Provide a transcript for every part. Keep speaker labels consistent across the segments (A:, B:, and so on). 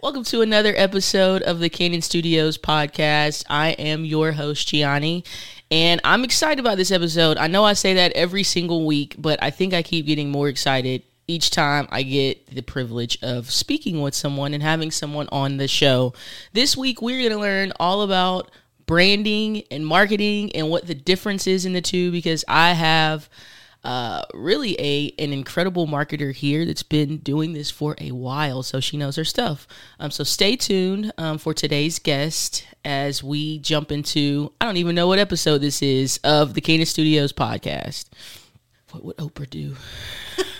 A: Welcome to another episode of the Canyon Studios podcast. I am your host, Gianni, and I'm excited about this episode. I know I say that every single week, but I think I keep getting more excited each time I get the privilege of speaking with someone and having someone on the show. This week, we're going to learn all about branding and marketing and what the difference is in the two because I have uh, really a an incredible marketer here that's been doing this for a while, so she knows her stuff. Um, so stay tuned um, for today's guest as we jump into I don't even know what episode this is of the Cana Studios podcast. What would Oprah do?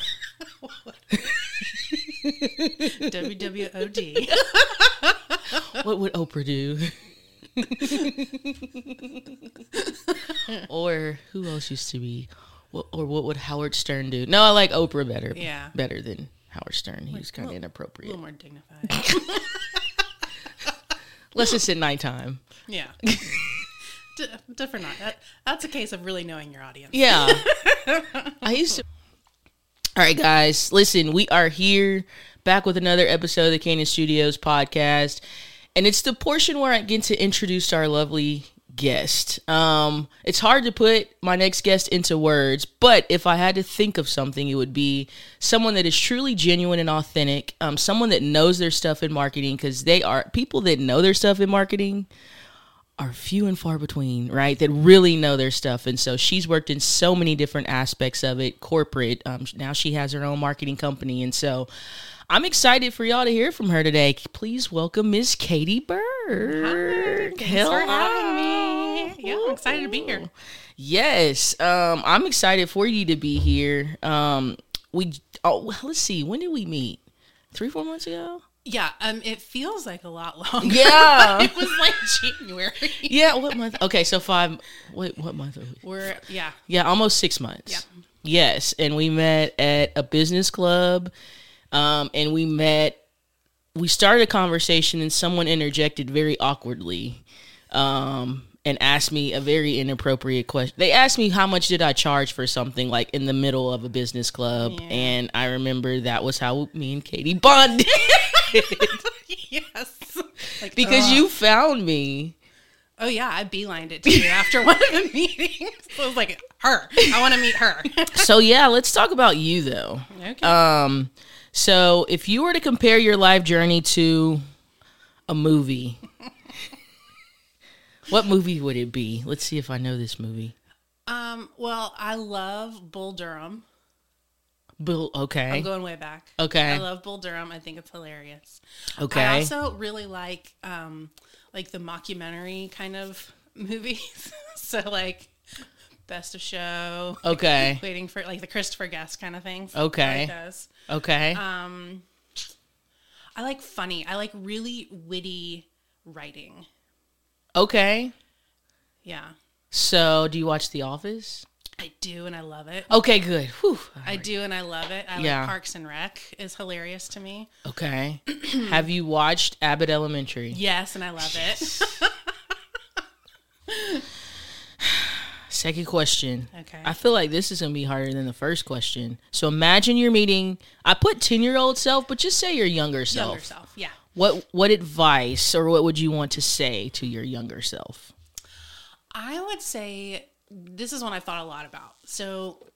B: WWOD.
A: What would Oprah do? or who else used to be? What, or what would Howard Stern do? No, I like Oprah better.
B: Yeah.
A: better than Howard Stern. He was kind of
B: A
A: inappropriate.
B: little more dignified.
A: Let's just at nighttime.
B: Yeah. D- different. That, that's a case of really knowing your audience.
A: Yeah. I used to. All right, guys. Listen, we are here back with another episode of the Canyon Studios podcast. And it's the portion where I get to introduce our lovely guest. Um, it's hard to put my next guest into words, but if I had to think of something, it would be someone that is truly genuine and authentic, um, someone that knows their stuff in marketing, because they are people that know their stuff in marketing are few and far between, right? That really know their stuff. And so she's worked in so many different aspects of it, corporate. Um, now she has her own marketing company. And so I'm excited for y'all to hear from her today. Please welcome Miss Katie Bird.
B: Thanks for having me. Yeah, I'm excited to be here.
A: Yes, um, I'm excited for you to be here. Um, we oh, well, let's see, when did we meet? Three, four months ago.
B: Yeah, um, it feels like a lot longer.
A: Yeah.
B: it was like January.
A: Yeah, what month? Okay, so five. Wait, what month are we?
B: We're, yeah,
A: Yeah, almost six months.
B: Yeah.
A: Yes, and we met at a business club, um, and we met. We started a conversation, and someone interjected very awkwardly, um, and asked me a very inappropriate question. They asked me how much did I charge for something, like in the middle of a business club, and I remember that was how me and Katie bonded
B: yes. Like,
A: because
B: uh,
A: you found me.
B: oh yeah, I beelined it to you after one of the meetings. So I was like, her. I want to meet her.
A: So yeah, let's talk about you though.
B: okay.
A: Um, so if you were to compare your life journey to a movie, what movie would it be? Let's see if I know this movie.
B: um, well, I love Bull Durham.
A: Bill,
B: I'm
A: okay,
B: going way back.
A: Okay.
B: I love Bull Durham. I think it's hilarious. I
A: okay,
B: also really like um like the mockumentary kind of movies. so like Best of Show,
A: okay,
B: waiting for like the Christopher Guest kind of things. I
A: Okay.
B: like those.
A: okay.
B: Um I like funny. I like really witty writing.
A: okay.
B: Yeah.
A: So, do you watch The Office?
B: I do and I love it.
A: Okay, good. Whew.
B: I do and I love it. I
A: Yeah.
B: like Parks and Rec is hilarious to me.
A: Okay. Have you watched Abbott Elementary?
B: Yes, and I love it.
A: Second question.
B: Okay.
A: I feel like this is going to be harder than the first question. So imagine you're meeting, I put 10 year old self, but just say your younger self.
B: Younger self. Yeah.
A: What what advice or what would you want to say to your younger self?
B: I would say this is one I've thought a lot about. So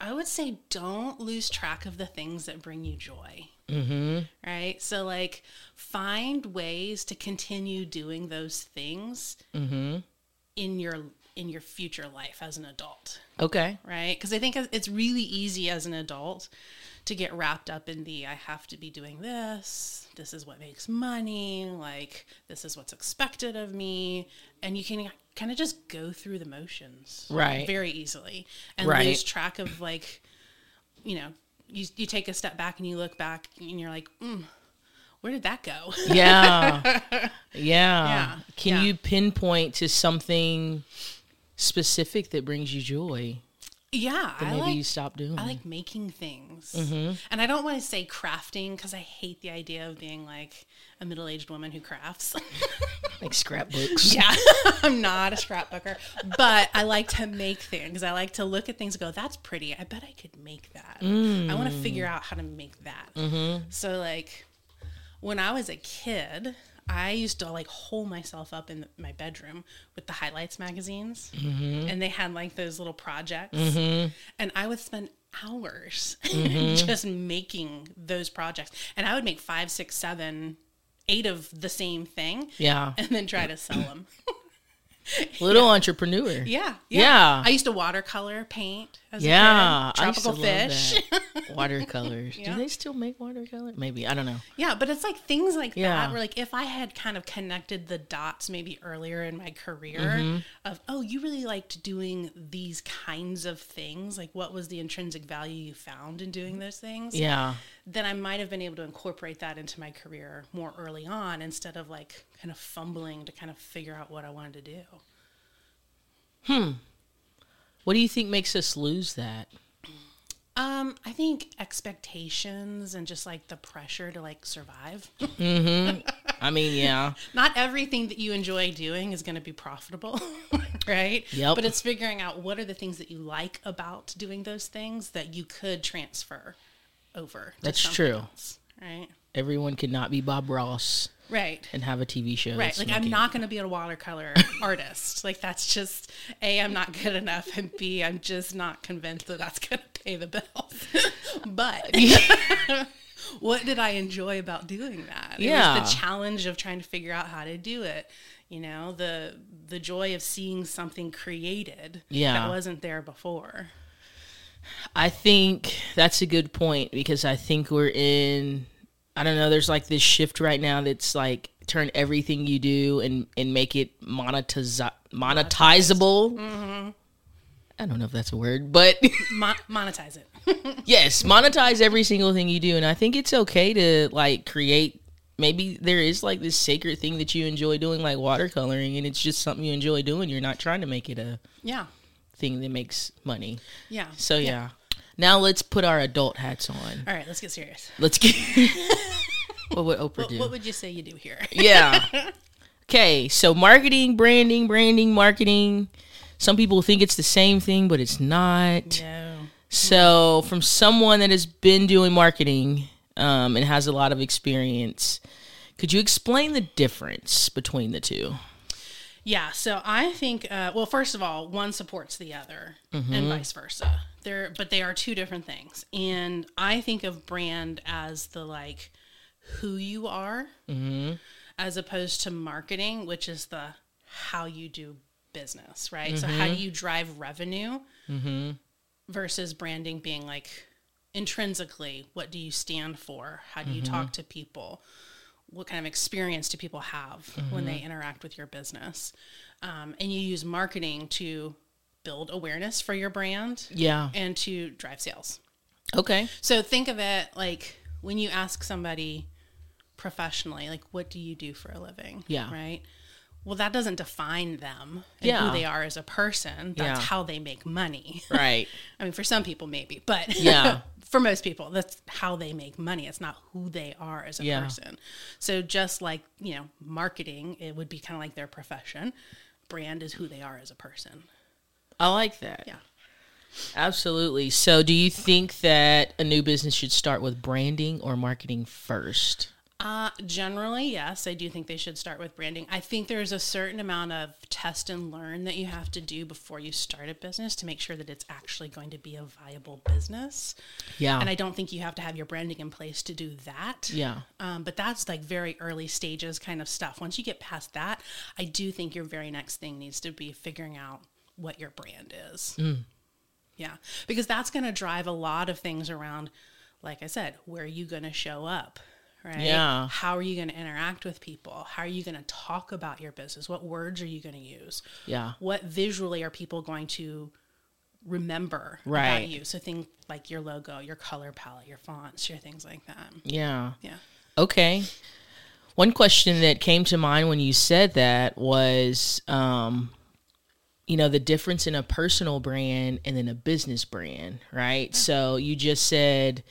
B: I would say don't lose track of the things that bring you joy. Mm-hmm. Right? So, like, find ways to continue doing those things in your in your future life as an adult
A: Okay.
B: right because i think it's really easy as an adult to get wrapped up in the i have to be doing this this is what makes money like this is what's expected of me and you can kind of just go through the motions
A: Right.
B: very easily and
A: Right.
B: lose track of like you know you, you take a step back and you look back and you're like mm, where did that go
A: Yeah. yeah.
B: Yeah.
A: Can
B: Yeah.
A: you pinpoint to something specific that brings you joy?
B: yeah
A: That
B: I
A: maybe
B: like
A: you stop doing.
B: I like making things. And I don't want to say crafting because I hate the idea of being like a middle aged woman who crafts.
A: Like scrapbooks.
B: yeah, I'm not a scrapbooker, but I like to make things. I like to look at things and go, that's pretty. I bet I could make that. I want to figure out how to make that. So, like, when I was a kid, I used to like hole myself up in my bedroom with the highlights magazines, and they had like those little projects, and I would spend hours just making those projects, and I would make five, six, seven, eight of the same thing,
A: Yeah.
B: and then try to sell them.
A: Little entrepreneur.
B: yeah,
A: Yeah.
B: I used to watercolor paint. As
A: Yeah,
B: a kid. tropical
A: I used
B: fish.
A: to love that. Watercolors.
B: Yeah.
A: Do they still make watercolor? Maybe I don't know.
B: Yeah, but it's like things like
A: Yeah.
B: that where like if I had kind of connected the dots maybe earlier in my career
A: Mm-hmm.
B: of oh, you really liked doing these kinds of things, like what was the intrinsic value you found in doing those things?
A: Yeah,
B: Then I might have been able to incorporate that into my career more early on instead of like kind of fumbling to kind of figure out what I wanted to do.
A: what do you think makes us lose that?
B: Um, I think expectations and just like the pressure to like survive.
A: I mean, yeah,
B: not everything that you enjoy doing is going to be profitable, right?
A: Yep.
B: But it's figuring out what are the things that you like about doing those things that you could transfer over. to
A: That's
B: something
A: true.
B: else, right?
A: everyone could not be Bob Ross
B: Right.
A: and have a TV show.
B: Right.
A: that's
B: Like I'm
A: making-
B: not going to be a watercolor artist. Like that's just a I'm not good enough, and b I'm just not convinced that that's going to pay the bills. but what did I enjoy about doing that? It
A: Yeah.
B: was the challenge of trying to figure out how to do it. You know, the the joy of seeing something created
A: Yeah.
B: that wasn't there before.
A: I think that's a good point because I think we're in I don't know, there's like this shift right now that's like turn everything you do and and make it monetize monetizable. Mm-hmm. I don't know if that's a word, but
B: Mo- monetize it.
A: yes, monetize every single thing you do and I think it's okay to like create maybe there is like this sacred thing that you enjoy doing like watercoloring and it's just something you enjoy doing. You're not trying to make it a
B: yeah.
A: thing that makes money.
B: Yeah.
A: So yeah. Now let's put our adult hats on.
B: All right, let's get serious.
A: Let's get. what would Oprah do?
B: What would you say you do here?
A: yeah. Okay, so marketing, branding, branding, marketing. Some people think it's the same thing, but it's not.
B: No.
A: So, from someone that has been doing marketing um, and has a lot of experience, could you explain the difference between the two?
B: Yeah, so I think uh, well, first of all, one supports the other, and vice versa. They're but they are two different things, and I think of brand as the like who you are, as opposed to marketing, which is the how you do business, right? So how do you drive revenue versus branding being like intrinsically what do you stand for? How do you talk to people? what kind of experience do people have
A: Mm-hmm.
B: when they interact with your business um, and you use marketing to build awareness for your brand
A: Yeah.
B: and to drive sales
A: Okay.
B: so think of it like when you ask somebody professionally like what do you do for a living
A: Yeah.
B: right well that doesn't define them and
A: Yeah.
B: who they are as a person that's
A: Yeah.
B: how they make money
A: Right.
B: I mean, for some people, maybe, but
A: Yeah.
B: for most people, that's how they make money. It's not who they are as a
A: Yeah.
B: person. So, just like, you know, marketing, it would be kind of like their profession. Brand is who they are as a person.
A: I like that.
B: Yeah.
A: Absolutely. So, do you think that a new business should start with branding or marketing first?
B: Uh, generally, yes, I do think they should start with branding. I think there's a certain amount of test and learn that you have to do before you start a business to make sure that it's actually going to be a viable business.
A: Yeah.
B: And I don't think you have to have your branding in place to do that.
A: yeah.
B: Um, but that's like very early stages kind of stuff. Once you get past that, I do think your very next thing needs to be figuring out what your brand is.
A: Mm.
B: Yeah. Because that's going to drive a lot of things around, like I said, where are you going to show up? Right.
A: Yeah.
B: How are you going to interact with people? How are you going to talk about your business? What words are you going to use?
A: Yeah.
B: What visually are people going to remember
A: Right.
B: about you? So things like your logo, your color palette, your fonts, your things like that.
A: Yeah.
B: Yeah.
A: Okay. One question that came to mind when you said that was, um, you know, the difference in a personal brand and then a business brand, right? So you just said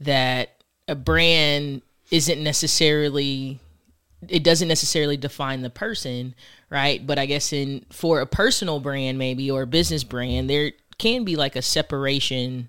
A: that a brand isn't necessarily it doesn't necessarily define the person, right? But I guess in for a personal brand maybe or a business brand, there can be like a separation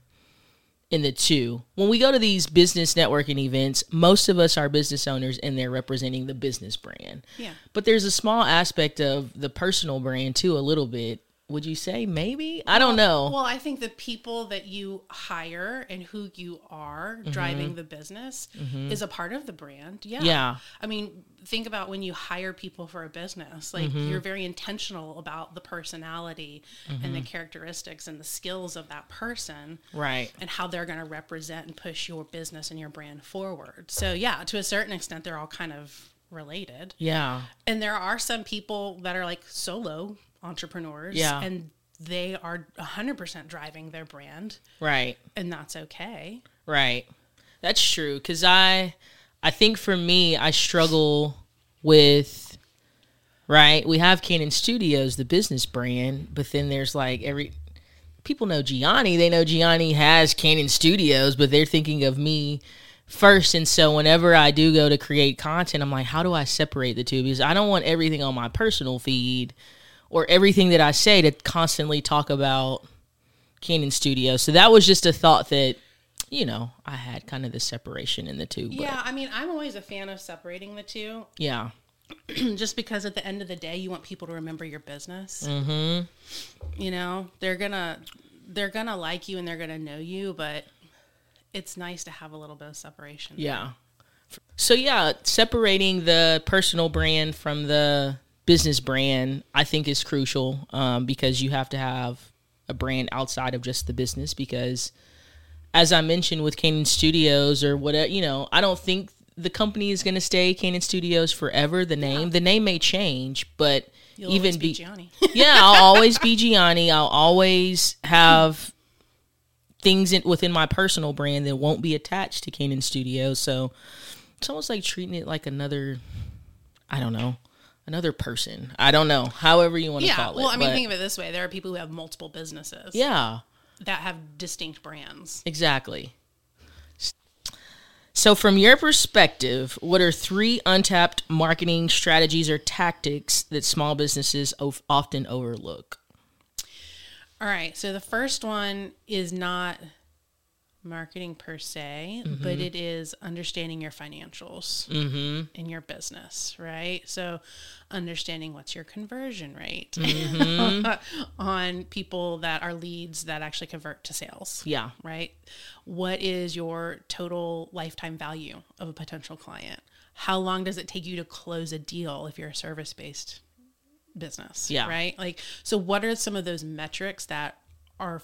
A: in the two. When we go to these business networking events, most of us are business owners and they're representing the business brand.
B: Yeah.
A: But there's a small aspect of the personal brand too, a little bit. Would you say maybe? I don't know.
B: Well, I think the people that you hire and who you are driving the business is a part of the brand. Mm-hmm. Yeah.
A: Yeah.
B: I mean, think about when you hire people for a business, like you're very intentional about the personality and the characteristics and the skills of that person
A: right.
B: and how they're going to represent and push your business and your brand forward. So, yeah, to a certain extent, they're all kind of related.
A: Yeah.
B: And there are some people that are like solo entrepreneurs.
A: Yeah.
B: And they are 100% driving their brand,
A: Right.
B: and that's okay.
A: Right. That's true cuz I I think for me I struggle with right? We have Canon Studios, the business brand, but then there's like every people know Gianni, they know Gianni has Canon Studios, but they're thinking of me first and so whenever I do go to create content, I'm like how do I separate the two because I don't want everything on my personal feed or everything that I say to constantly talk about Canon Studios. So that was just a thought that you know, I had kind of the separation in the two. But
B: Yeah, I mean, I'm always a fan of separating the two
A: yeah.
B: just because at the end of the day, you want people to remember your business. Mm-hmm.
A: Mm-hmm.
B: You know, they're going to. They're gonna like you and they're gonna know you, but it's nice to have a little bit of separation.
A: Yeah. So yeah, separating the personal brand from the business brand, I think is crucial um, because you have to have a brand outside of just the business. Because as I mentioned with Canon Studios or whatever, you know, I don't think the company is going to stay Canon Studios forever. The name, the name may change, but
B: You'll
A: even
B: always be
A: be-
B: Gianni.
A: yeah, I'll always be Gianni. I'll always have things in, within my personal brand that won't be attached to Canon Studios. So it's almost like treating it like another, I don't know, another person. I don't know. However you want to
B: yeah.
A: call it.
B: Well, I mean,
A: but-
B: think of it this way: there are people who have multiple businesses.
A: yeah,
B: that have distinct brands.
A: exactly. So, from your perspective, what are three untapped marketing strategies or tactics that small businesses of- often overlook?
B: All right. So the first one is not marketing per se, but it is understanding your financials in your business, right? So understanding what's your conversion rate on people that are leads that actually convert to sales.
A: Yeah,
B: right? What is your total lifetime value of a potential client? How long does it take you to close a deal if you're a service based business?
A: Yeah.
B: Right? Like, so what are some of those metrics that are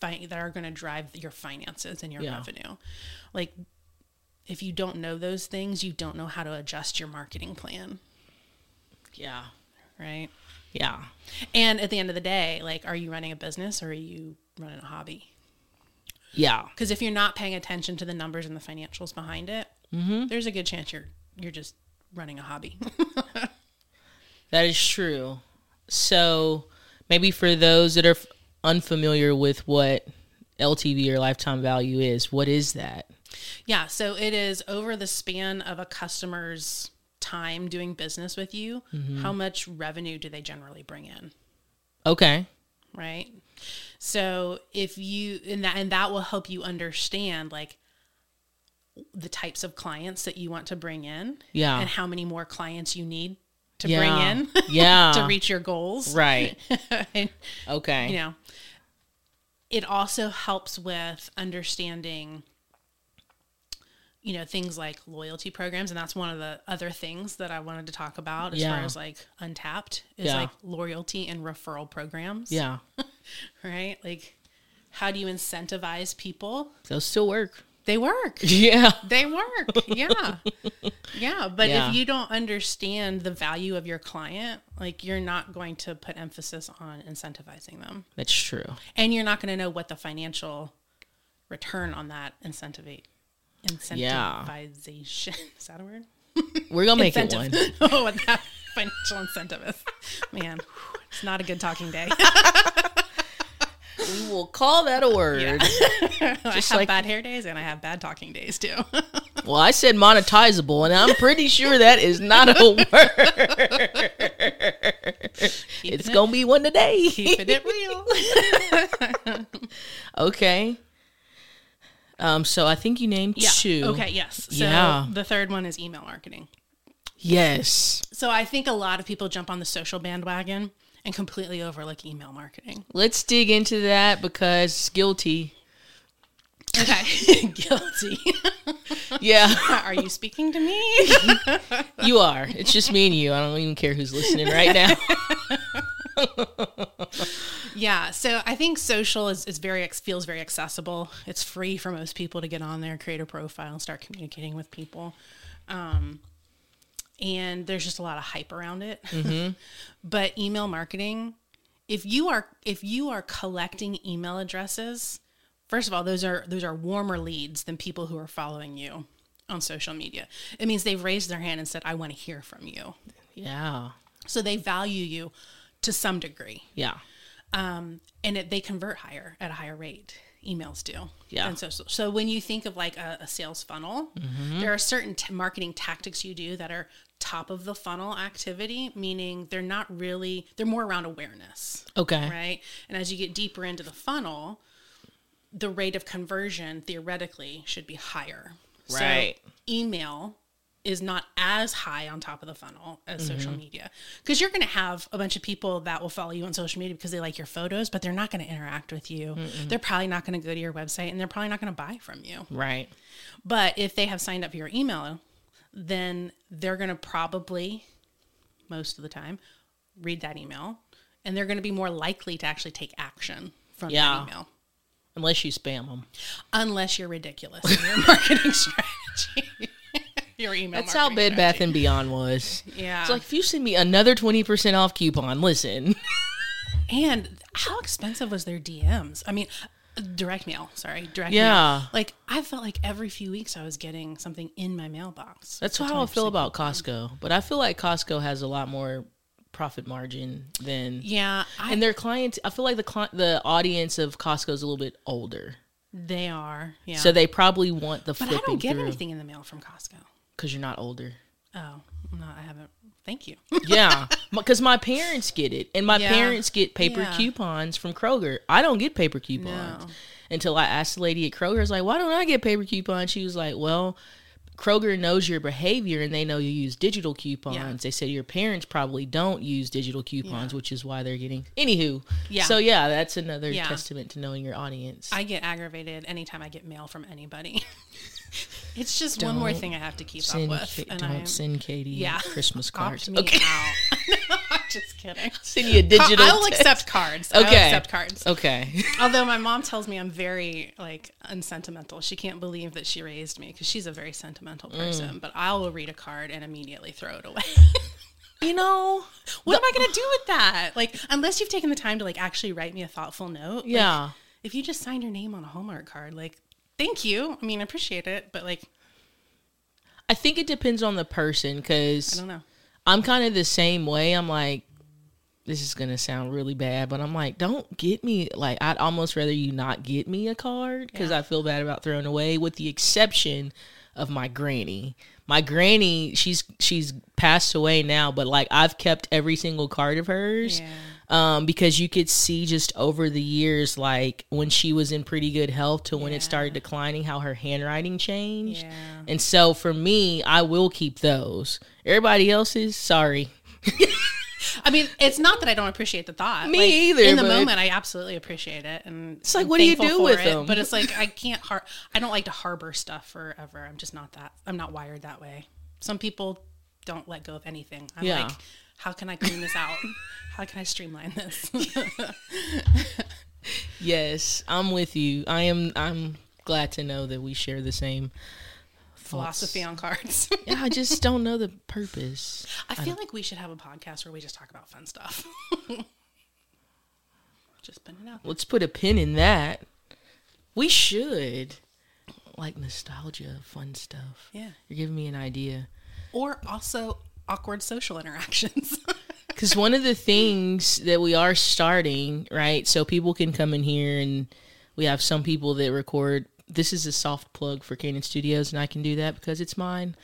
B: fi- that are going to drive your finances and your
A: Yeah.
B: revenue? Like, if you don't know those things, you don't know how to adjust your marketing plan,
A: yeah,
B: right?
A: yeah.
B: And at the end of the day, like, are you running a business or are you running a hobby?
A: Yeah.
B: because if you're not paying attention to the numbers and the financials behind it,
A: Mm-hmm.
B: there's a good chance you're you're just running a hobby.
A: That is true. So maybe for those that are f- unfamiliar with what LTV or lifetime value is, what is that?
B: yeah, so it is over the span of a customer's time doing business with you,
A: Mm-hmm.
B: how much revenue do they generally bring in,
A: Okay.
B: right? So if you and that and that will help you understand like the types of clients that you want to bring in
A: Yeah.
B: and how many more clients you need to
A: Yeah.
B: bring in
A: yeah.
B: to reach your goals.
A: Right.
B: And-
A: Okay.
B: you know it also helps with understanding you know things like loyalty programs and that's one of the other things that i wanted to talk about as far
A: Yeah.
B: as like untapped is
A: Yeah.
B: like loyalty and referral programs
A: Yeah.
B: right like how do you incentivize people
A: Those still work.
B: they work
A: Yeah.
B: they work yeah yeah but
A: Yeah.
B: if you don't understand the value of your client like you're not going to put emphasis on incentivizing them
A: That's true.
B: and you're not going to know what the financial return on that incentivate
A: Yeah.
B: incentivization is that a word
A: We're going to make it one.
B: incentive oh what that financial incentive is man whew, it's not a good talking day
A: We will call that a word.
B: i have
A: like-
B: bad hair days and i have bad talking days too
A: Well, I said monetizable, and I'm pretty sure that is not a word. it's going to be one today.
B: keeping it real
A: Okay. Um, so I think you named
B: Yeah.
A: two.
B: Okay, yes. So
A: Yeah.
B: the third one is email marketing.
A: Yes.
B: So I think a lot of people jump on the social bandwagon and completely overlook email marketing.
A: Let's dig into that because guilty.
B: Okay. Guilty.
A: Yeah,
B: Are you speaking to me?
A: you are. It's just me and you. I don't even care who's listening right now.
B: yeah. So I think social is, is very ex- feels very accessible. It's free for most people to get on there, create a profile, and start communicating with people. Um, and there's just a lot of hype around it. but email marketing, if you are if you are collecting email addresses, first of all, those are those are warmer leads than people who are following you on social media. It means they've raised their hand and said, "I want to hear from you."
A: Yeah.
B: So they value you to some degree.
A: Yeah.
B: um, and it, they convert higher at a higher rate. Emails do,
A: Yeah.
B: And so, so, so when you think of like a, a sales funnel, there are certain t- marketing tactics you do that are top of the funnel activity, meaning they're not really they're more around awareness,
A: Okay.
B: right? And as you get deeper into the funnel, the rate of conversion theoretically should be higher, So
A: Right.
B: email is not as high on top of the funnel as
A: Mm-hmm.
B: social media because you're going to have a bunch of people that will follow you on social media because they like your photos but they're not going to interact with you they're probably not going to go to your website and they're probably not going to buy from you
A: Right.
B: but if they have signed up for your email then they're going to probably most of the time read that email and they're going to be more likely to actually take action from
A: Yeah.
B: that email
A: Unless you spam them.
B: unless you're ridiculous in your marketing strategy your email
A: That's how
B: marketing
A: Bed Bath and Beyond was.
B: Yeah.
A: It's like if you send me another twenty percent off coupon, listen.
B: and how expensive was their DMs? I mean, direct mail, sorry, direct
A: Yeah.
B: mail. Like I felt like every few weeks I was getting something in my mailbox.
A: That's
B: for
A: how I
B: 20%.
A: feel about Costco. But I feel like Costco has a lot more profit margin than
B: Yeah, I,
A: and their clients I feel like the cli the audience of Costco is a little bit older.
B: they are. Yeah.
A: So they probably want the
B: but I
A: flipping
B: don't get
A: through
B: anything in the mail from Costco.
A: cuz you're not older.
B: Oh, no, I haven't. Thank you.
A: Yeah, because my parents get it, and my
B: Yeah.
A: parents get paper
B: Yeah.
A: coupons from Kroger. I don't get paper coupons
B: No.
A: until I asked the lady at Kroger. I was like, "Why don't I get paper coupons?" She was like, "Well." Kroger knows your behavior and they know you use digital coupons. They said your parents probably don't use digital coupons, which is why they're getting. Anywho,
B: Yeah.
A: So yeah, that's another
B: Yeah.
A: testament to knowing your audience.
B: I get aggravated anytime I get mail from anybody. it's just one more thing I have to keep up
A: send
B: with.
A: Ka-
B: and
A: don't
B: I'm
A: send Katie
B: Yeah.
A: Christmas cards.
B: opt me
A: Okay,
B: out. no, I'm just kidding.
A: send you a digital.
B: I'll
A: text.
B: accept cards. I'll
A: Okay.
B: accept cards.
A: Okay.
B: Although my mom tells me I'm very like unsentimental. She can't believe that she raised me because she's a very sentimental
A: Mm.
B: person. But I will read a card and immediately throw it away.
A: you know,
B: what am I gonna do with that? Like unless you've taken the time to like actually write me a thoughtful note. like,
A: Yeah.
B: if you just signed your name on a Hallmark card, like thank you. I mean, I appreciate it, but like
A: I think it depends on the person
B: I
A: because
B: don't know.
A: I'm kind of the same way. I'm like, this is gonna sound really bad, but I'm like, don't get me. Like, I'd almost rather you not get me a card because I feel bad about throwing away. With the exception of my granny, my granny, she's she's passed away now, but like I've kept every single card of hers.
B: Yeah.
A: Um, because you could see just over the years, like when she was in pretty good health to when
B: Yeah.
A: it started declining, how her handwriting changed.
B: Yeah.
A: And so for me, I will keep those. Everybody else's, sorry.
B: I mean, it's not that I don't appreciate the thought.
A: Me
B: Like,
A: either,
B: In the
A: but-
B: moment, I absolutely appreciate it, and it's
A: like, what do you do with them?
B: But it's like I can't. Har- I don't like to harbor stuff forever. I'm just not that. I'm not wired that way. Some people don't let go of anything. I'm
A: Yeah.
B: like, how can I clean this out? how can I streamline this?
A: Yes, I'm with you. I am. I'm glad to know that we share the same thoughts.
B: Philosophy on cards.
A: Yeah, I just don't know the purpose.
B: I feel like we should have a podcast where we just talk about fun stuff. just putting it out.
A: Let's put a pin in that. We should like nostalgia, fun stuff.
B: Yeah.
A: You're giving me an idea.
B: Or also awkward social interactions.
A: Because one of the things that we are starting, right? So people can come in here and we have some people that record. This is a soft plug for Canon Studios, and I can do that because it's mine.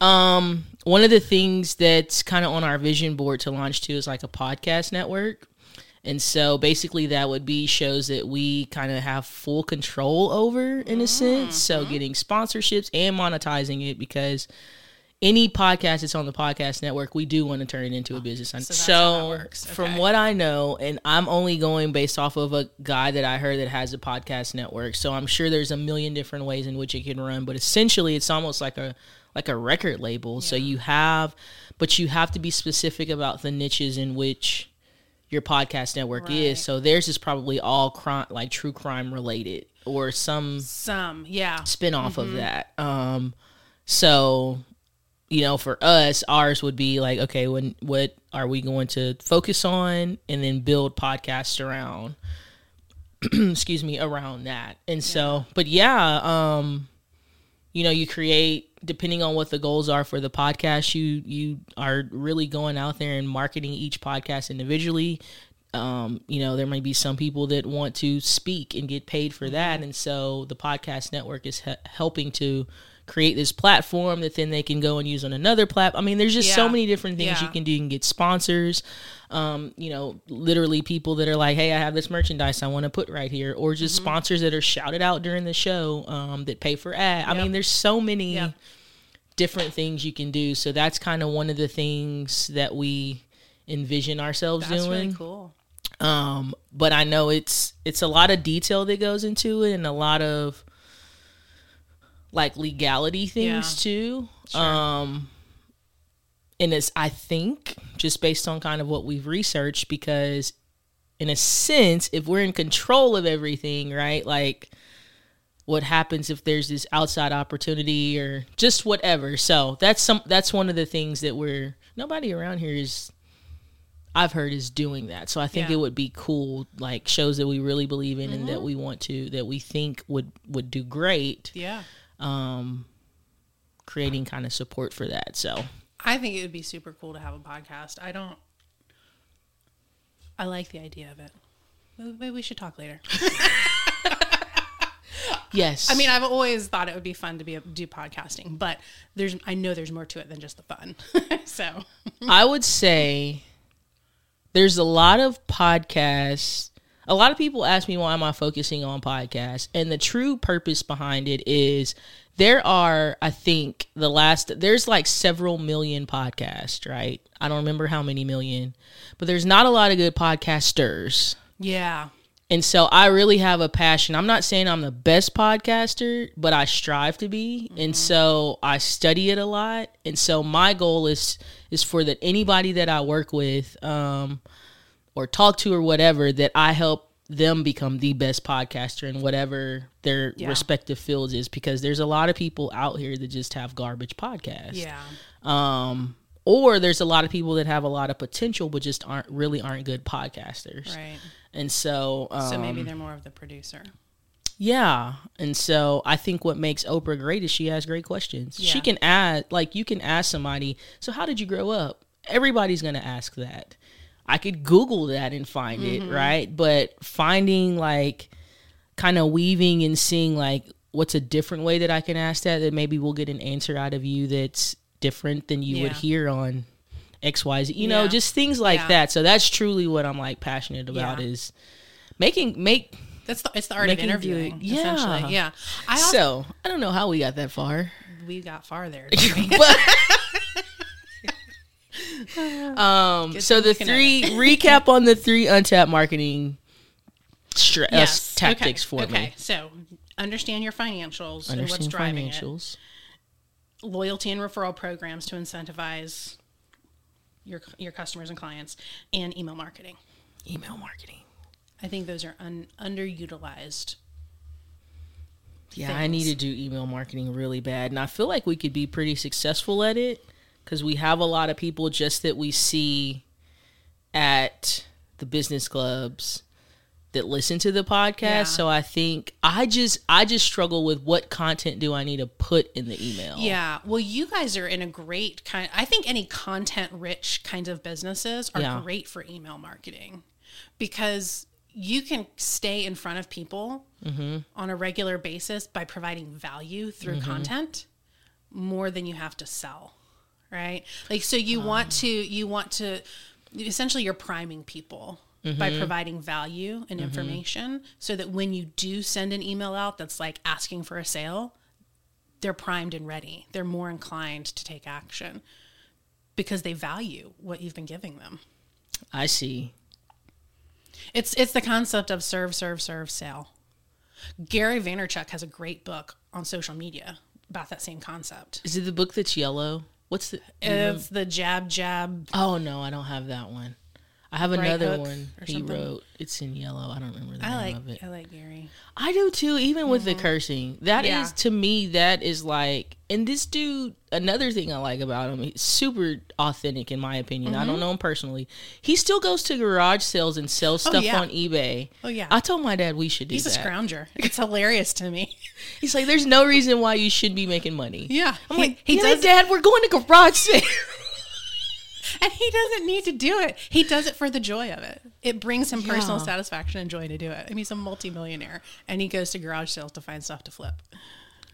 A: um, one of the things that's kind of on our vision board to launch too is like a podcast network. And so basically, that would be shows that we kind of have full control over in a sense. So
B: Mm-hmm.
A: getting sponsorships and monetizing it because any podcast that's on the podcast network, we do want to turn it into a business. So,
B: that's how that works.
A: from
B: Okay.
A: what I know, and I'm only going based off of a guy that I heard that has a podcast network. So I'm sure there's a million different ways in which it can run, but essentially, it's almost like a like a record label. So you have, but you have to be specific about the niches in which your podcast network
B: Right.
A: is. So theirs is probably all crime, like true crime related, or some
B: Some, yeah.
A: spin off of that. Um, so you know, for us, ours would be like, okay, when what are we going to focus on, and then build podcasts around. excuse me, around that, and so, but yeah, um, you know, you create depending on what the goals are for the podcast. You you are really going out there and marketing each podcast individually. Um, you know, there may be some people that want to speak and get paid for
B: Mm-hmm.
A: that, and so the podcast network is he- helping to create this platform that then they can go and use on another platform. I mean, there's just so
B: Yeah.
A: many different things you
B: Yeah.
A: can do. You can get sponsors. Um, you know, literally people that are like, "Hey, I have this merchandise I want to put right here," or
B: Mm-hmm.
A: just sponsors that are shouted out during the show um, that pay for ad. I mean, there's so many
B: Yep.
A: different things you can do. So that's kind of one of the things that we envision ourselves
B: That's
A: doing.
B: really cool.
A: Um, but I know it's it's a lot of detail that goes into it and a lot of like legality things too. Um and it's I think just based on kind of what we've researched because in a sense if we're in control of everything, right? Like what happens if there's this outside opportunity or just whatever. So that's some that's one of the things that we're nobody around here is I've heard is doing that. So I think
B: Yeah. Mm-hmm.
A: it would be cool like shows that we really believe in and that we want to that we think would would do great
B: Yeah.
A: um creating kind of support for that. So
B: I think it would be super cool to have a podcast. I don't. I like the idea of it. Maybe maybe we should talk later.
A: yes.
B: I mean, I've always thought it would be fun to be a, do podcasting, but there's I know there's more to it than just the fun. so
A: I would say there's a lot of podcasts. A lot of people ask me why am I focusing on podcasts, and the true purpose behind it is there are, I think, the last there's like several million podcasts, right? I don't remember how many million, but there's not a lot of good podcasters.
B: yeah,
A: And so I really have a passion. I'm not saying I'm the best podcaster, but I strive to be.
B: Mm-hmm.
A: And so I study it a lot. And so my goal is is for that anybody that I work with um or talk to or whatever that I help them become the best podcaster in whatever their
B: Yeah.
A: respective fields is because there's a lot of people out here that just have garbage podcasts
B: yeah,
A: um or there's a lot of people that have a lot of potential but just aren't really aren't good podcasters
B: right.
A: and so um,
B: So maybe they're more of the producer.
A: yeah. And so I think what makes Oprah great is she has great questions. She
B: Yeah.
A: can ask, like, you can ask somebody, so how did you grow up? Everybody's going to ask that. I could Google that and find
B: Mm-hmm.
A: it, right? But finding, like, kind of weaving and seeing, like, what's a different way that I can ask that, that maybe we'll get an answer out of you that's different than you would
B: Yeah.
A: hear on XYZ, you know,
B: Yeah.
A: just things like
B: Yeah.
A: that. So that's truly what I'm, like, passionate about
B: Yeah.
A: is making, make,
B: That's the, it's the art
A: Making
B: of
A: do-
B: interviewing.
A: yeah.
B: essentially. yeah. I also,
A: so I don't know how we got that far,
B: we got far there. didn't we?
A: but um,
B: Good
A: so
B: thing
A: the
B: you can
A: three recap on the three untapped marketing stra- uh,
B: yes. Okay.
A: tactics for
B: okay.
A: me.
B: So understand your financials and what's
A: Understand
B: driving it.
A: financials.
B: loyalty and referral programs to incentivize your your customers and clients and email marketing.
A: Email marketing.
B: I think those are un, underutilized.
A: Yeah, I need to do email marketing really bad, and I feel like we could be pretty successful at it because we have a lot of people just that we see at the business clubs that listen to the podcast.
B: Yeah.
A: So I think I just I just struggle with what content do I need to put in the email.
B: Yeah. Well, you guys are in a great kind I think any content rich kind of businesses are
A: Yeah.
B: great for email marketing because you can stay in front of people on a regular basis by providing value through content more than you have to sell. Right? Like so you want to you want to essentially you're priming people by providing value and information so that when you do send an email out that's like asking for a sale, they're primed and ready. They're more inclined to take action because they value what you've been giving them.
A: I see.
B: It's it's the concept of serve, serve, serve, sell. Gary Vaynerchuk has a great book on social media about that same concept.
A: Is it the book that's yellow? What's the?
B: It's the jab, jab.
A: Oh no, I don't have that one. I have
B: Bright
A: another
B: Hook
A: one
B: or
A: he
B: something?
A: wrote. It's in yellow. I don't remember the
B: I
A: name
B: like
A: of it.
B: I like Gary.
A: I do too, even with the cursing. that is
B: Yeah.
A: to me, that is like, and this dude, another thing I like about him, he's super authentic in my opinion. I
B: Mm-hmm.
A: don't know him personally. He still goes to garage sales and sells stuff
B: Oh, yeah.
A: on eBay.
B: Oh yeah,
A: I told my dad we should do
B: he's a
A: that.
B: scrounger. It's hilarious to me.
A: He's like, there's no reason why you should be making money.
B: Yeah,
A: I'm
B: he,
A: like,
B: he does,
A: Dad, we're going to garage sale.
B: and he doesn't need to do it. He does it for the joy of it. It brings him personal
A: Yeah.
B: satisfaction and joy to do it. I mean, he's a multimillionaire, and he goes to garage sales to find stuff to flip.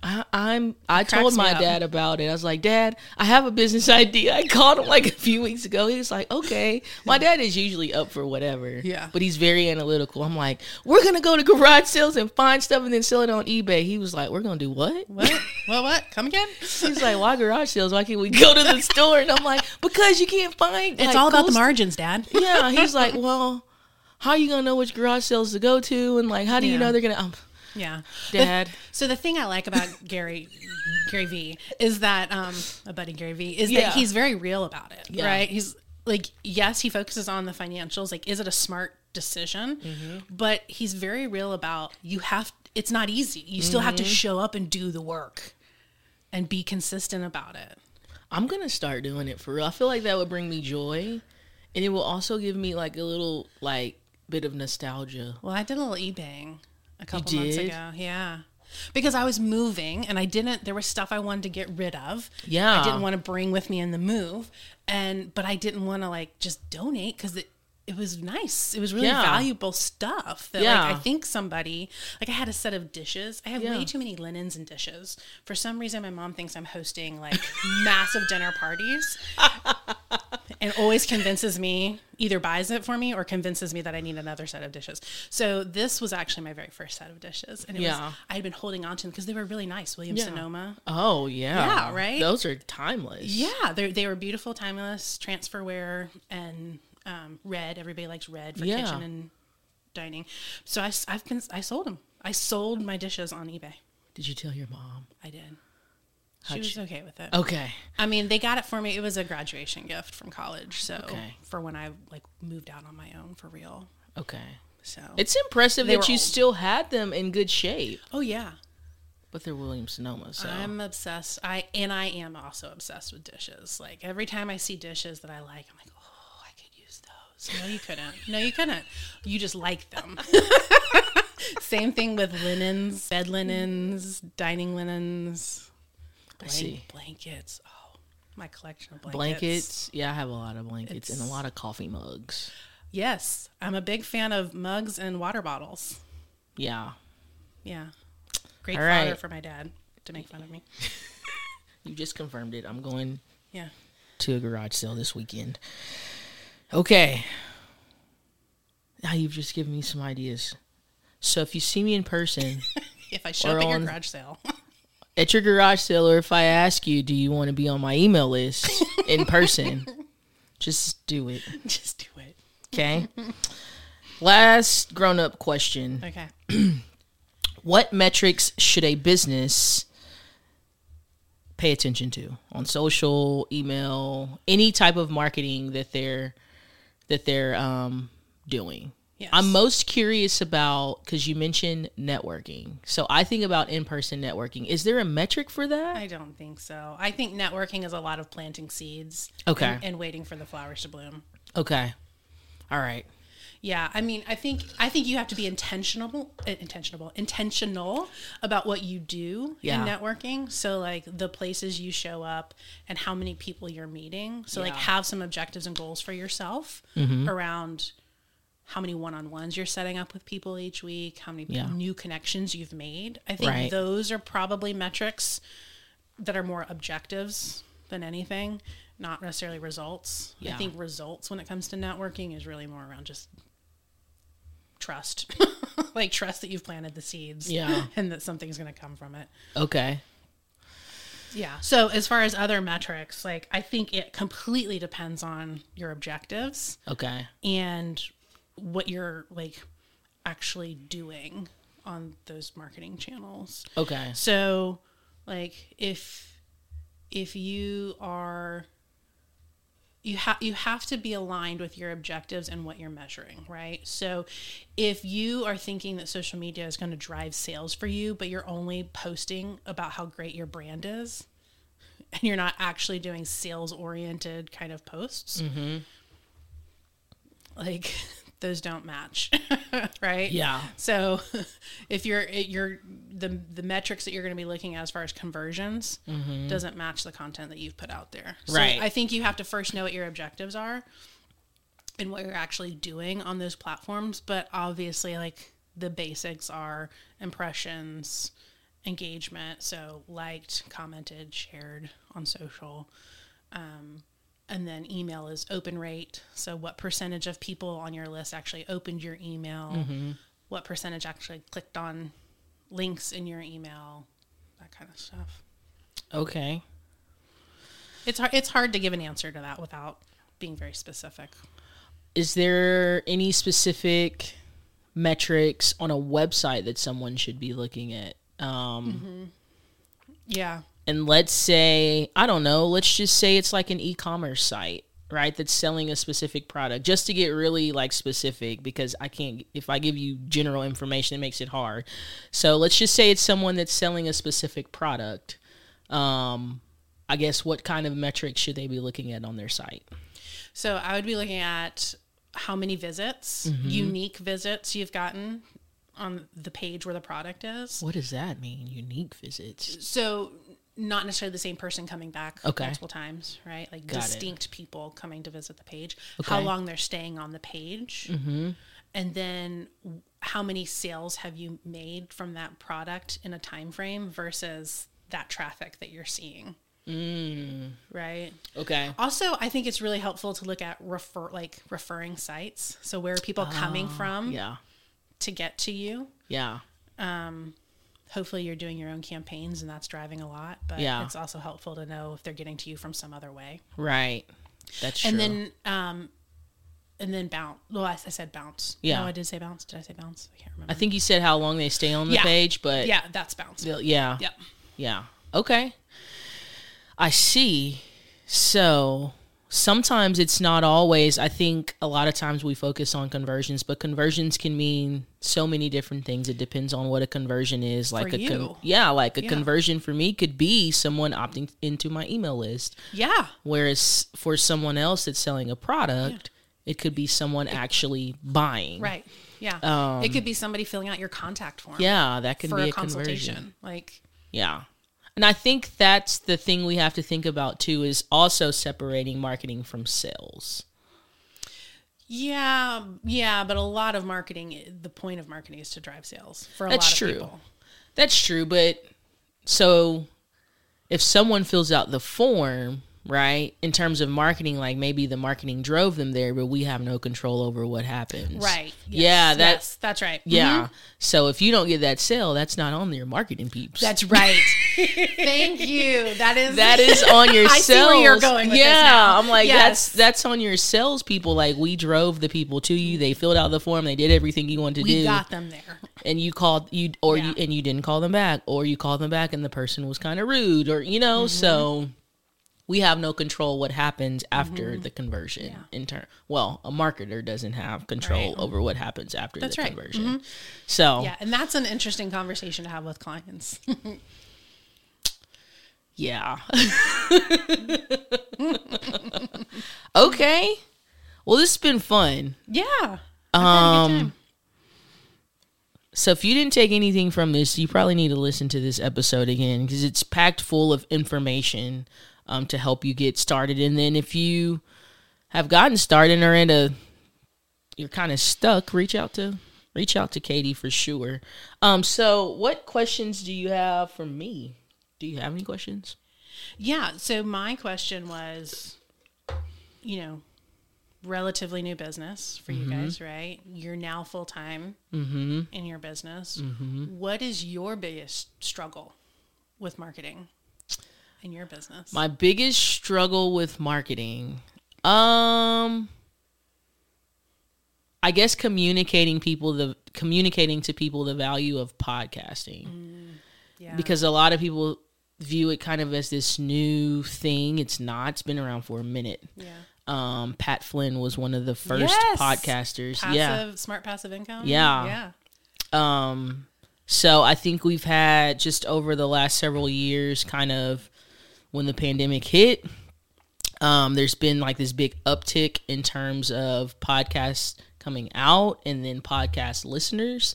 A: I, I'm. I told
B: cracks me
A: my
B: up.
A: dad about it. I was like, Dad, I have a business idea. I called him like a few weeks ago. He was like, Okay. My dad is usually up for whatever.
B: Yeah.
A: But he's very analytical. I'm like, We're gonna go to garage sales and find stuff and then sell it on eBay. He was like, We're gonna do what?
B: What? what? What? Come again?
A: He's like, Why garage sales? Why can't we go to the store? And I'm like, Because you can't find.
B: It's
A: like,
B: all about
A: cool
B: the margins, Dad.
A: yeah, he's like, well, how you gonna know which garage sales to go to, and like, how do you
B: Yeah.
A: know they're gonna? Um,
B: Yeah. The-
A: Dad,
B: so the thing I like about Gary Gary V is that um a buddy Gary V is
A: Yeah.
B: that he's very real about it,
A: Yeah.
B: right? He's like yes, he focuses on the financials, like is it a smart decision? But he's very real about you have it's not easy. You still have to show up and do the work and be consistent about it.
A: I'm gonna start doing it for real. I feel like that would bring me joy, and it will also give me like a little like bit of nostalgia.
B: Well, I did a little eBaying a couple months
A: did?
B: ago. Yeah. Because I was moving and I didn't there was stuff I wanted to get rid of.
A: Yeah.
B: I didn't want to bring with me in the move. And but I didn't want to like just donate cuz it it was nice. It was really
A: Yeah.
B: valuable stuff that
A: Yeah.
B: like I think somebody like I had a set of dishes. I have
A: Yeah.
B: way too many linens and dishes. For some reason my mom thinks I'm hosting like massive dinner parties and always convinces me either buys it for me or convinces me that I need another set of dishes. So this was actually my very first set of dishes, and it
A: Yeah.
B: was I had been holding on to them because they were really nice, William Sonoma.
A: Oh yeah,
B: Yeah, right?
A: Those are timeless.
B: Yeah, they they were beautiful, timeless, transferware, and um, red. Everybody likes red for
A: Yeah.
B: kitchen and dining. So I, have been I sold them. I sold my dishes on eBay.
A: Did you tell your mom?
B: I did. She
A: How'd
B: was
A: she- Oh.
B: okay with it.
A: Okay.
B: I mean, they got it for me. It was a graduation gift from college, so
A: Okay.
B: for when I like moved out on my own for real.
A: Okay.
B: So
A: It's impressive
B: They
A: that
B: were
A: you
B: old.
A: still had them in good shape,
B: Oh yeah,
A: but they're William Sonoma. So
B: I'm obsessed. I and I am also obsessed with dishes. Like every time I see dishes that I like, I'm like, oh, I could use those. No, you couldn't. No, you couldn't. You just like them. Same thing with linens, bed linens, dining linens, blank,
A: see.
B: blankets. Oh, my collection of blankets.
A: blankets. Yeah, I have a lot of blankets and a lot of coffee mugs.
B: Yes, I'm a big fan of mugs and water bottles.
A: Yeah,
B: Yeah, great
A: All
B: fodder
A: right.
B: for my dad to make fun of me.
A: you just confirmed it. I'm going
B: Yeah.
A: to a garage sale this weekend. Okay. Now you've just given me some ideas. So if you see me in person
B: If I show
A: Or
B: up at your
A: on-
B: garage sale,
A: at your garage sale, or if I ask you, do you want to be on my email list in person, just do it.
B: just do it.
A: Okay. Last grown up question
B: Okay.
A: What metrics should a business pay attention to on social, email, any type of marketing that they're that they're um, doing?
B: Yes.
A: I'm most curious about because you mentioned networking. So I think about in person networking. Is there a metric for that?
B: I don't think so. I think networking is a lot of planting seeds.
A: Okay.
B: And, and waiting for the flowers to bloom.
A: okay. All right.
B: Yeah, I mean, I think I think you have to be intentional, eh, intentional, intentional about what you do
A: Yeah.
B: in networking. So like the places you show up and how many people you're meeting. So like
A: Yeah. Mm-hmm.
B: have some objectives and goals for yourself around how many one-on-ones you're setting up with people each week, how many
A: Yeah.
B: new connections you've made. I think
A: Right.
B: those are probably metrics that are more objectives than anything, not necessarily results.
A: Yeah.
B: I think results when it comes to networking is really more around just trust. like trust that you've planted the seeds.
A: Yeah.
B: And that something's gonna come from it.
A: Okay.
B: Yeah. So as far as other metrics, like I think it completely depends on your objectives
A: Okay.
B: and what you're like actually doing on those marketing channels.
A: Okay.
B: So like if if you are you have you have to be aligned with your objectives and what you're measuring, right? So if you are thinking that social media is going to drive sales for you, but you're only posting about how great your brand is and you're not actually doing sales oriented kind of posts, like those don't match, right?
A: Yeah.
B: So, if you're it- you're the the metrics that you're going to be looking at as far as conversions doesn't match the content that you've put out there. So
A: Right.
B: I think you have to first know what your objectives are and what you're actually doing on those platforms. But obviously, like the basics are impressions, engagement, so liked, commented, shared on social. um, And then email is open rate. So, what percentage of people on your list actually opened your email? What percentage actually clicked on links in your email? That kind of stuff.
A: Okay.
B: It's hard, it's hard to give an answer to that without being very specific.
A: Is there any specific metrics on a website that someone should be looking at? Um,
B: Yeah.
A: and let's say i don't know let's just say it's like an e-commerce site right that's selling a specific product just to get really like specific because i can't if i give you general information it makes it hard so let's just say it's someone that's selling a specific product um i guess what kind of metrics should they be looking at on their site
B: So, I would be looking at how many visits, unique visits you've gotten on the page where the product is.
A: what does that mean unique visits
B: so not necessarily the same person coming back
A: Okay.
B: multiple times, right? Like
A: Got it.
B: distinct people coming to visit the page, how
A: Okay. Mm-hmm.
B: long they're staying on the page, and then w- how many sales have you made from that product in a time frame versus that traffic that you're seeing,
A: Mm.
B: right?
A: okay
B: Also, I think it's really helpful to look at refer like referring sites. So where are people coming from
A: Ah, yeah
B: to get to you?
A: yeah
B: hopefully you're doing your own campaigns and that's driving a lot but
A: Yeah.
B: it's also helpful to know if they're getting to you from some other way
A: right that's true
B: and then um and then bounce well i, I said bounce
A: Yeah.
B: no i did say bounce did i say bounce i can't remember
A: i think you said how long they stay on the
B: Yeah.
A: page but
B: yeah that's bounce
A: yeah yeah
B: yep
A: Yeah. Okay. I see. So sometimes it's not always. I think a lot of times we focus on conversions, but conversions can mean so many different things. It depends on what a conversion is. Like a
B: you.
A: yeah, like a conversion for me could be someone opting into my email list.
B: yeah
A: Whereas for someone else that's selling a product, it could be someone actually buying.
B: right yeah it could be somebody filling out your contact form
A: Um, Yeah, that could
B: for
A: be
B: a,
A: a
B: consultation
A: conversion.
B: like
A: Yeah. And I think that's the thing we have to think about too is also separating marketing from sales.
B: yeah yeah but a lot of marketing the point of marketing is to drive sales for a
A: That's
B: lot of
A: true.
B: people
A: That's true, but so if someone fills out the form, right, in terms of marketing, like maybe the marketing drove them there, but we have no control over what happens.
B: right Mm-hmm.
A: Yeah, that-
B: that's that's right
A: Yeah. So if you don't get that sale, that's not on your marketing peeps.
B: That's right. Thank you. That is
A: that is on your
B: I
A: sales.
B: see where you're going with this
A: yeah,
B: now.
A: I'm like
B: Yes.
A: that's that's on your salespeople. Like we drove the people to you. They filled out the form. They did everything you wanted to
B: we
A: do.
B: got them there.
A: and you called you or you
B: Yeah.
A: and you didn't call them back or you called them back and the person was kind of rude or you
B: Mm-hmm.
A: know so we have no control what happens after
B: Mm-hmm.
A: the conversion in turn well a marketer doesn't have control
B: Right.
A: over what happens after
B: That's
A: the
B: right. Mm-hmm.
A: conversion so
B: Yeah, and that's an interesting conversation to have with clients.
A: yeah okay well this has been fun
B: yeah.
A: Um, so if you didn't take anything from this, you probably need to listen to this episode again because it's packed full of information um, to help you get started. And then if you have gotten started and are in a, you're kind of stuck, reach out to reach out to Katie for sure. Um, so what questions do you have for me? Do you have any questions?
B: Yeah. So my question was, you know, relatively new business for
A: Mm-hmm.
B: you guys, right? You're now full time in your business.
A: Mm-hmm.
B: What is your biggest struggle with marketing in your business?
A: My biggest struggle with marketing, um, I guess communicating people the communicating to people the value of podcasting
B: Mm, yeah.
A: because a lot of people view it kind of as this new thing. It's not. It's been around for a minute.
B: yeah.
A: Um, Pat Flynn was one of the first
B: Yes!
A: podcasters.
B: Passive,
A: Yeah,
B: smart passive income.
A: Yeah.
B: Yeah.
A: Um, so I think we've had just over the last several years, kind of when the pandemic hit, um, there's been like this big uptick in terms of podcasts coming out and then podcast listeners.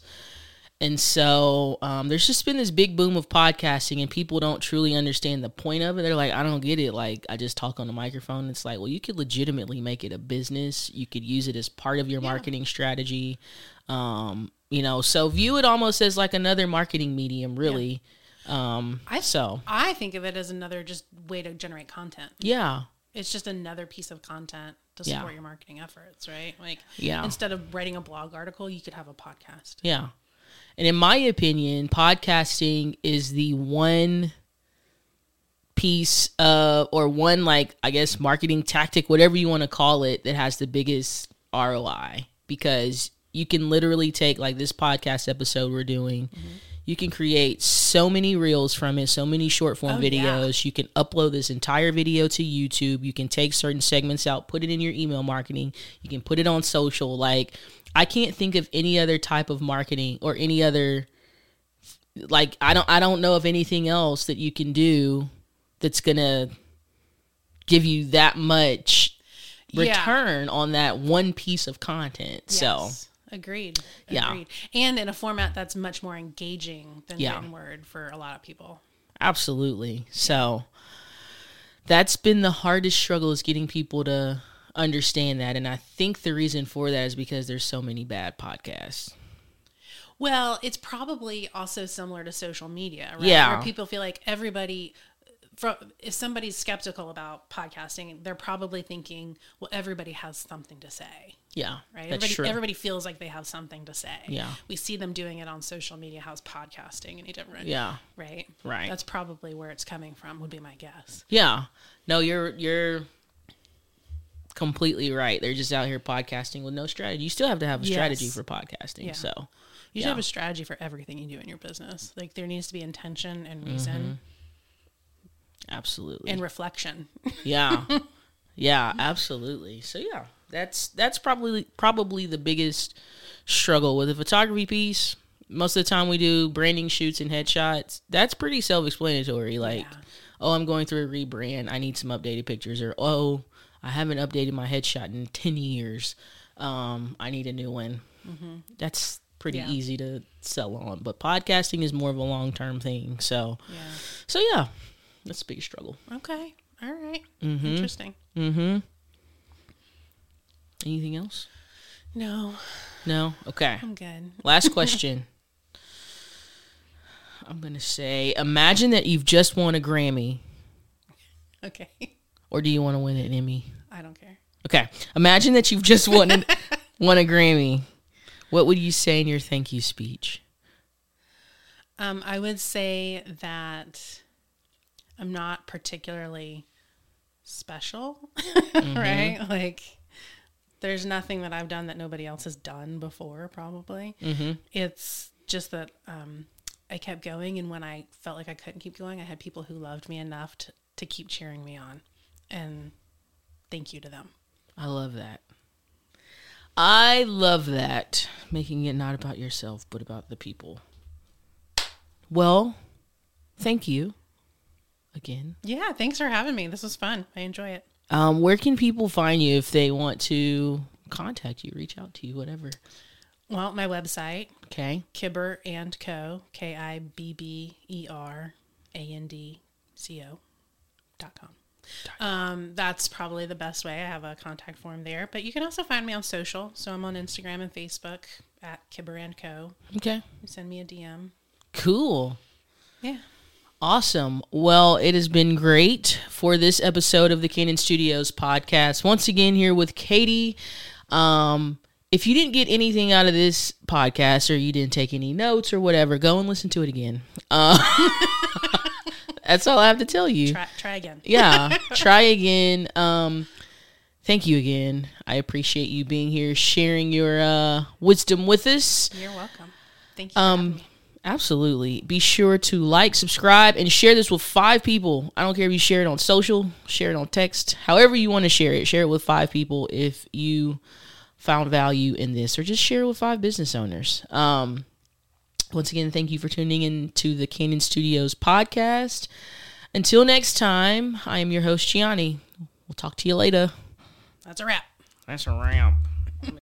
A: And so um, there's just been this big boom of podcasting, and people don't truly understand the point of it. They're like, I don't get it. Like, I just talk on the microphone. It's like, well, you could legitimately make it a business. You could use it as part of your marketing strategy. Um, you know, so view it almost as like another marketing medium, really. Um,
B: I-
A: so,
B: I think of it as another just way to generate content.
A: yeah,
B: It's just another piece of content to
A: Yeah.
B: support your marketing efforts, right? Like
A: Yeah.
B: instead of writing a blog article, you could have a podcast.
A: yeah. And in my opinion, podcasting is the one piece of or one like I guess marketing tactic, whatever you want to call it, that has the biggest ROI because you can literally take like this podcast episode we're doing.
B: Mm-hmm.
A: You can create so many reels from it, so many short form
B: Oh, yeah.
A: videos. You can upload this entire video to YouTube. You can take certain segments out, put it in your email marketing. You can put it on social. Like, I can't think of any other type of marketing or any other like I don't I don't know of anything else that you can do that's gonna give you that much
B: Yeah.
A: return on that one piece of content. So
B: Yes. agreed.
A: Yeah.
B: Agreed. And in a format that's much more engaging than
A: Yeah.
B: written word for a lot of people.
A: absolutely. So that's been the hardest struggle is getting people to understand that. And I think the reason for that is because there's so many bad podcasts.
B: Well, it's probably also similar to social media, right?
A: Yeah.
B: Where people feel like everybody from if somebody's skeptical about podcasting, they're probably thinking, well, everybody has something to say.
A: Yeah.
B: Right?
A: That's
B: everybody
A: true.
B: everybody feels like they have something to say.
A: Yeah.
B: We see them doing it on social media. How's podcasting any different?
A: yeah.
B: Right?
A: Right.
B: That's probably where it's coming from, would be my guess.
A: Yeah. No, you're you're completely right. They're just out here podcasting with no strategy. You still have to have a
B: Yes.
A: strategy for podcasting.
B: Yeah.
A: So
B: You should
A: Yeah.
B: have a strategy for everything you do in your business. Like there needs to be intention and
A: Mm-hmm.
B: reason
A: absolutely.
B: and reflection.
A: yeah. Yeah, absolutely. So yeah, that's that's probably probably the biggest struggle with the photography piece. Most of the time we do branding shoots and headshots. That's pretty self-explanatory. Like,
B: Yeah.
A: oh, I'm going through a rebrand. I need some updated pictures or oh, I haven't updated my headshot in 10 years. Um, I need a new one. That's pretty
B: Mm-hmm. Yeah.
A: easy to sell on, but podcasting is more of a long-term thing. So,
B: Yeah.
A: so yeah, that's a big struggle.
B: Okay. All right.
A: Mm-hmm.
B: Interesting.
A: Anything else?
B: No,
A: No. Okay.
B: I'm good.
A: Last question. I'm going to say imagine that you've just won a Grammy,
B: Okay.
A: or do you want to win an Emmy?
B: I don't care.
A: Okay. Imagine that you've just won, an, won a Grammy. What would you say in your thank you speech?
B: Um, I would say that I'm not particularly special, Mm-hmm. right? Like, there's nothing that I've done that nobody else has done before, probably. It's just that um, I kept going, and when I felt like I couldn't keep going, I had people who loved me enough to, to keep cheering me on. And thank you to them.
A: I love that. I love that. Making it not about yourself, but about the people. Well, thank you again.
B: Yeah, thanks for having me. This was fun. I enjoy it.
A: Um, where can people find you if they want to contact you, reach out to you, whatever?
B: Well, my website,
A: Okay.
B: Kibber and Co. K I B B E R A N D C O dot com. Um, that's probably the best way. I have a contact form there, but you can also find me on social. So I'm on Instagram and Facebook at Kibber and Co.
A: Okay.
B: You send me a DM.
A: Cool.
B: Yeah,
A: Awesome. Well, it has been great for this episode of the Canaan Studios podcast. Once again, here with Katie. Um, if you didn't get anything out of this podcast or you didn't take any notes or whatever, go and listen to it again. Uh, that's all I have to tell you.
B: Try, try again.
A: yeah, try again. Um, thank you again. I appreciate you being here, sharing your uh, wisdom with us.
B: You're welcome. Thank you. for having
A: Um,
B: me.
A: absolutely. Be sure to like, subscribe, and share this with five people. I don't care if you share it on social, share it on text, however you want to share it. Share it with five people if you found value in this, or just share it with five business owners. Um, once again, thank you for tuning in to the Canaan Studios podcast. Until next time, I am your host, Gianni. We'll talk to you later.
B: That's a wrap.
A: That's a ramp.